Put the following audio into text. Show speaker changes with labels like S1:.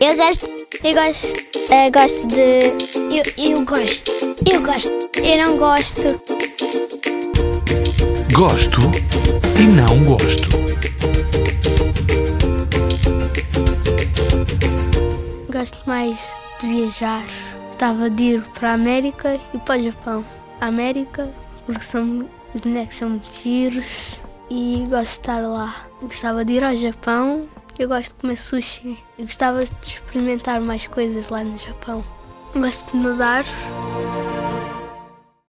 S1: Eu gosto. Eu gosto.
S2: eh,
S1: Eu gosto de. Eu, eu gosto. Eu gosto. Eu não gosto.
S3: Gosto e não gosto.
S2: Gosto mais de viajar. Estava de ir para a América e para o Japão. A América, porque são, os bonecos são muito giros e gosto de estar lá. Gostava de ir ao Japão. Eu gosto de comer sushi. Eu gostava de experimentar mais coisas lá no Japão. Gosto de nadar.